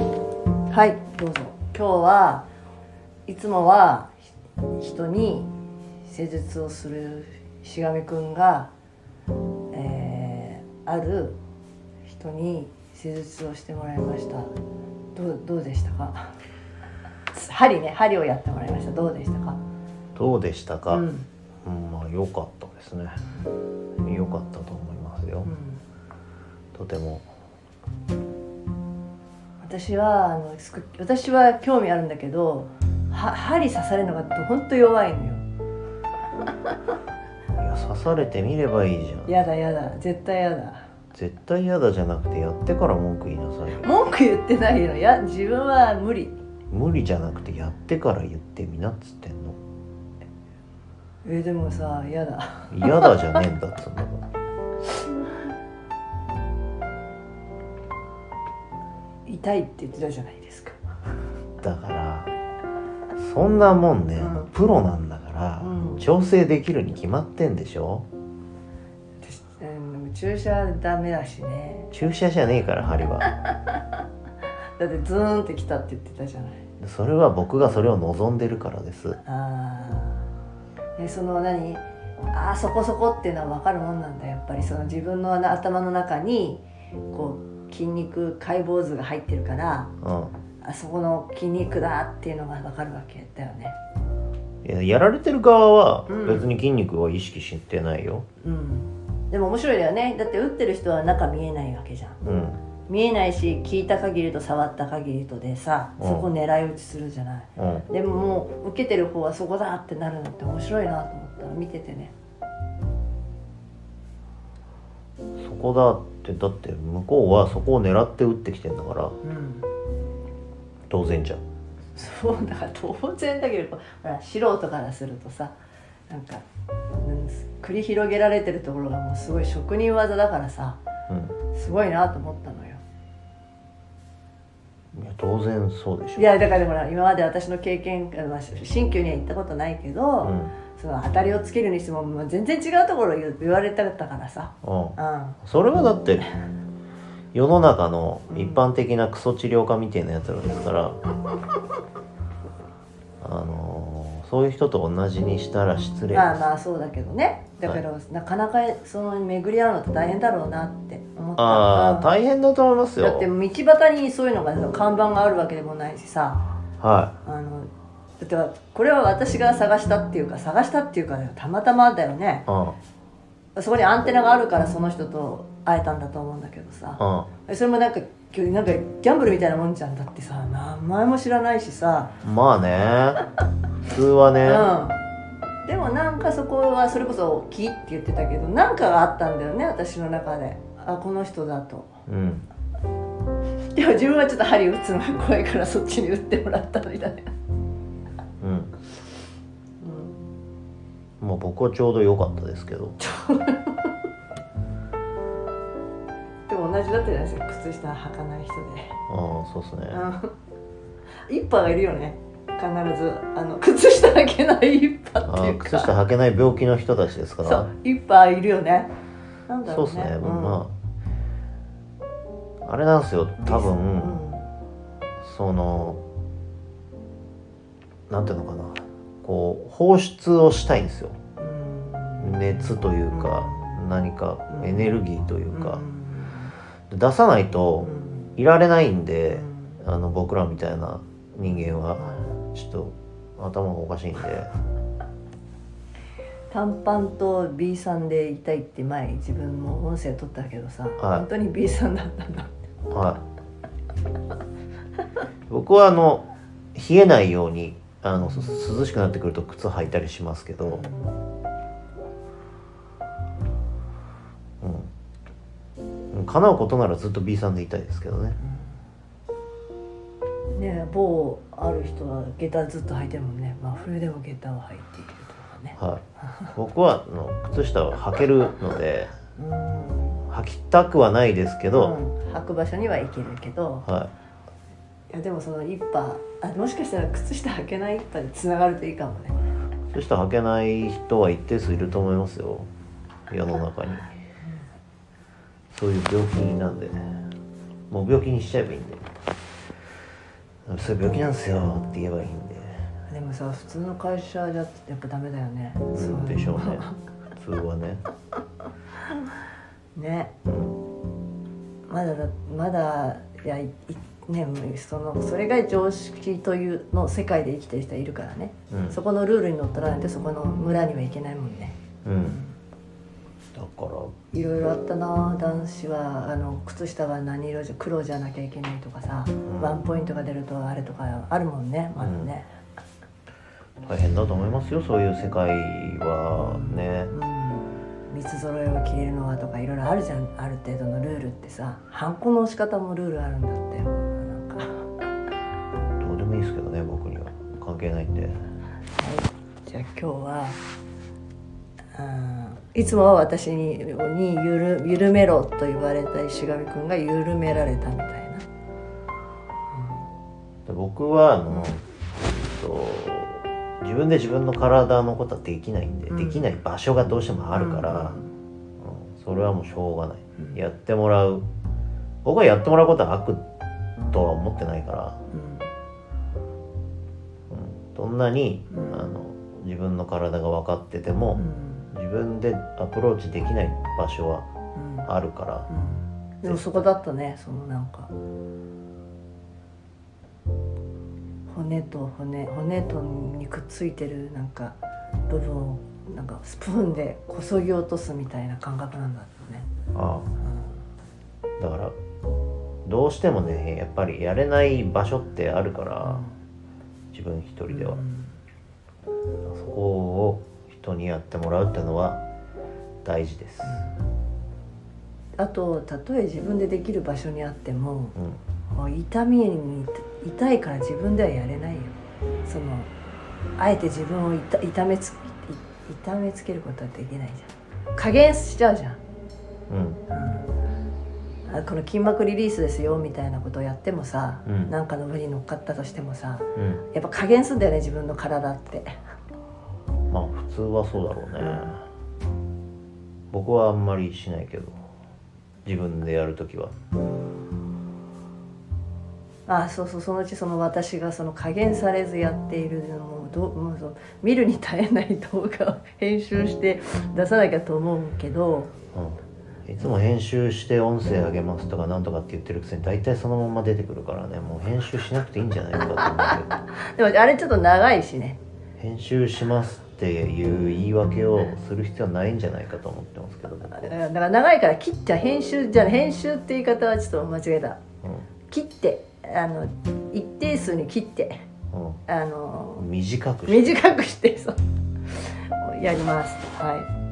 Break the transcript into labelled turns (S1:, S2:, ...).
S1: はいどうぞ今日はいつもはひ人に施術をするしがみくんが、えーある人に施術をしてもらいましたどうどうでしたか 針ね針をやってもらいましたどうでしたか
S2: どうでしたか、
S1: う
S2: うん
S1: ん
S2: まあ良かったですね良かったと思いますよ、
S1: うん
S2: とても
S1: 私はあのすく私は興味あるんだけどは針刺されるのが本当弱いのよ
S2: いや刺されてみればいいじゃん
S1: やだやだ絶対やだ
S2: 絶対嫌だじゃなくてやってから文句言いなさいよ
S1: 文句言ってないのや自分は無理
S2: 無理じゃなくてやってから言ってみなっつってんの
S1: えでもさやだ
S2: 嫌だじゃねえんだっつうんだから
S1: 痛いって言ってたじゃないですか
S2: だからそんなもんね、
S1: うん
S2: プロなんだから、
S1: うん
S2: 調整できるに決まってんでしょ
S1: 私、うん、注射ダメだしね
S2: 注射じゃねえから針は
S1: だってズーンってきたって言ってたじゃない
S2: それは僕がそれを望んでるからです
S1: ああえその何あーそこそこっていうのは分かるもんなんだやっぱりその自分のな頭の中にこう筋肉解剖図が入ってるから
S2: うん
S1: あそこの筋肉だっていうのが分かるわけだよね
S2: いややられてる側は
S1: うん
S2: 別に筋肉は意識してないよ、
S1: うんでも面白いだよねだって打ってる人は中見えないわけじゃん
S2: うん
S1: 見えないし聞いた限りと触った限りとでさ
S2: うん
S1: そこ狙い撃ちするじゃない、
S2: うん、
S1: でももう受けてる方はそこだってなるのって面白いなと思ったら見ててね
S2: そこだってだって向こうはそこを狙って打ってきてんだから
S1: うん
S2: 当然じゃん
S1: そうだから当然だけどほら素人からするとさなんかうん繰り広げられてるところがもうすごい職人技だからさすごいなと思ったのよ
S2: うんいや当然そうでしょ
S1: いやだからでもほら今まで私の経験、まあ、新旧には行ったことないけど、
S2: うんうん
S1: その当たりをつけるにしてももう全然違うところを言う言われたかったからさうん
S2: それはだって世の中の一般的なクソ治療家みたいなやつらですから、あのーそういう人と同じにしたら失礼です、
S1: まあまあそうだけどねだから、なかなかその巡り合うのって大変だろうなって思った
S2: ああ
S1: うん
S2: 大変だと思いますよ
S1: だって道端にそういうのが看板があるわけでもないしさ
S2: は
S1: あのだってこれは私が探したっていうか探したっていうかたまたまだよね
S2: いうん
S1: そこにアンテナがあるからその人と会えたんだと思うんだけどさ
S2: うん
S1: それもなんかきゅなんかギャンブルみたいなもんじゃんだってさ名前も知らないしさ
S2: まあね普通はね、
S1: うん、でもなんかそこはそれこそ「木」って言ってたけどなんかがあったんだよね私の中であこの人だと
S2: うん、
S1: でも自分はちょっと針打つのが怖いからそっちに打ってもらったみたいな、
S2: うん、
S1: うん、
S2: まあ僕はちょうど良かったですけど、
S1: でも同じだったじゃないですか靴下履かない人で
S2: うん、そうっすね。
S1: うん一派がいるよね必ずあの靴下履けない一派って
S2: あ
S1: いうか
S2: 靴下履けない病気の人たちですか
S1: そ
S2: ら
S1: う、一派いるよねなんだ
S2: そ
S1: ろ
S2: う
S1: う
S2: っ
S1: ね
S2: すね。
S1: うん
S2: まああれなんですよ。多分、そのなんていうのかな、こう放出をしたいんですよ。
S1: うんうん
S2: 熱というか何か
S1: うん
S2: エネルギーというか
S1: う、ん
S2: で出さないと
S1: うん
S2: いられないんで
S1: う、ん
S2: あの僕らみたいな人間はちょっと頭がおかしいんで。
S1: 短パンと B さんでいたいって前自分も音声撮ったけどさ、本当に B さんだったんだ
S2: はい。僕はあの冷えないようにあのす涼しくなってくると靴履いたりしますけど、うん、叶うことならずっと B さんでいたいですけどね。
S1: ねえ某ある人は下駄ずっと履いてるもんね真冬でも下駄を履いているとかね
S2: はい。僕はあの靴下は履けるので
S1: うん
S2: 履きたくはないですけど、
S1: うん履く場所には行けるけど
S2: はい
S1: やでもその一派あもしかしたら靴下履けない一派でつながるといいかもね
S2: い。靴下履けない人は一定数いると思いますよ。世の中に。そういう病気なんでね。もう病気にしちゃえばいいんで。 「それ病気なんですよ」って言えばいいんで、
S1: でもさ普通の会社じゃやっぱダメだよね、
S2: う
S1: そい
S2: ん、
S1: の
S2: でしょうね普通はね、
S1: ね
S2: うん、
S1: まだだまだいやいいねもうそのそれが常識というの世界で生きてる人はいるからね、
S2: うん
S1: そこのルールにのっとらないとそこの村には行けないもんね
S2: うん、だから
S1: いろいろあったな男子はあの靴下は何色じゃ黒じゃなきゃいけないとかさ、
S2: ん
S1: ワンポイントが出るとあれとかあるもんねまだね、
S2: 大変だと思いますよそういう世界はね
S1: うん、三つ揃えを着れるのはとかいろいろあるじゃんある程度のルールってさハンコの押し方もルールあるんだってなんかは
S2: どうでもいいですけどね僕には関係ないんで
S1: いじゃあ今日はうんいつもは私ににゆる緩めろと言われた石上くんが緩められたみたいな
S2: で僕はあの、えっと、自分で自分の体のことはできないんで、
S1: うん
S2: できない場所がどうしてもあるから、うんそれはもうしょうがない、
S1: うん
S2: やってもらう僕はやってもらうことは悪とは思ってないから、
S1: うん
S2: うんどんなに、
S1: うん
S2: あの自分の体が分かってて
S1: う
S2: も、
S1: ん
S2: 自分でアプローチできない場所は
S1: うん
S2: あるから、
S1: うんでもそこだったねそのなんか骨と骨骨とにくっついてるなんか部分をなんかスプーンでこそぎ落とすみたいな感覚なんだってね、
S2: あ
S1: う
S2: あ
S1: ん
S2: だからどうしてもねやっぱりやれない場所ってあるから自分一人では。
S1: うん
S2: そこを人にやってもらうっていうのは大事です。
S1: あとたとえ自分でできる場所にあっても
S2: うん、
S1: もう痛みに痛いから自分ではやれないよそのあえて自分を痛痛めつい痛めつけることはできないじゃん加減しちゃうじゃん
S2: うん、
S1: あこの筋膜リリースですよみたいなことをやってもさ、
S2: うん
S1: なんかの上に乗っかったとしてもさ
S2: うん、
S1: やっぱ加減すんだよね自分の体って
S2: まあ普通はそうだろうね。僕はあんまりしないけど、自分でやるときは。
S1: あそうそうそのうちその私がその加減されずやっているもうどうもうそう見るに耐えない動画を編集して出さなきゃと思うけど
S2: うん、いつも編集して音声上げますとかなんとかって言ってるくせに大体そのまま出てくるからね、もう編集しなくていいんじゃないかと思う
S1: でもあれちょっと長いしね
S2: けど、編集しますっていう言い訳をする必要はないんじゃないかと思ってますけど、僕は
S1: だからだから長いから切っちゃ編集じゃあ編集って言い方はちょっと間違えた切ってあの一定数に切って
S2: うん、
S1: あの
S2: うん、短くして
S1: 短くしてそうやりますはい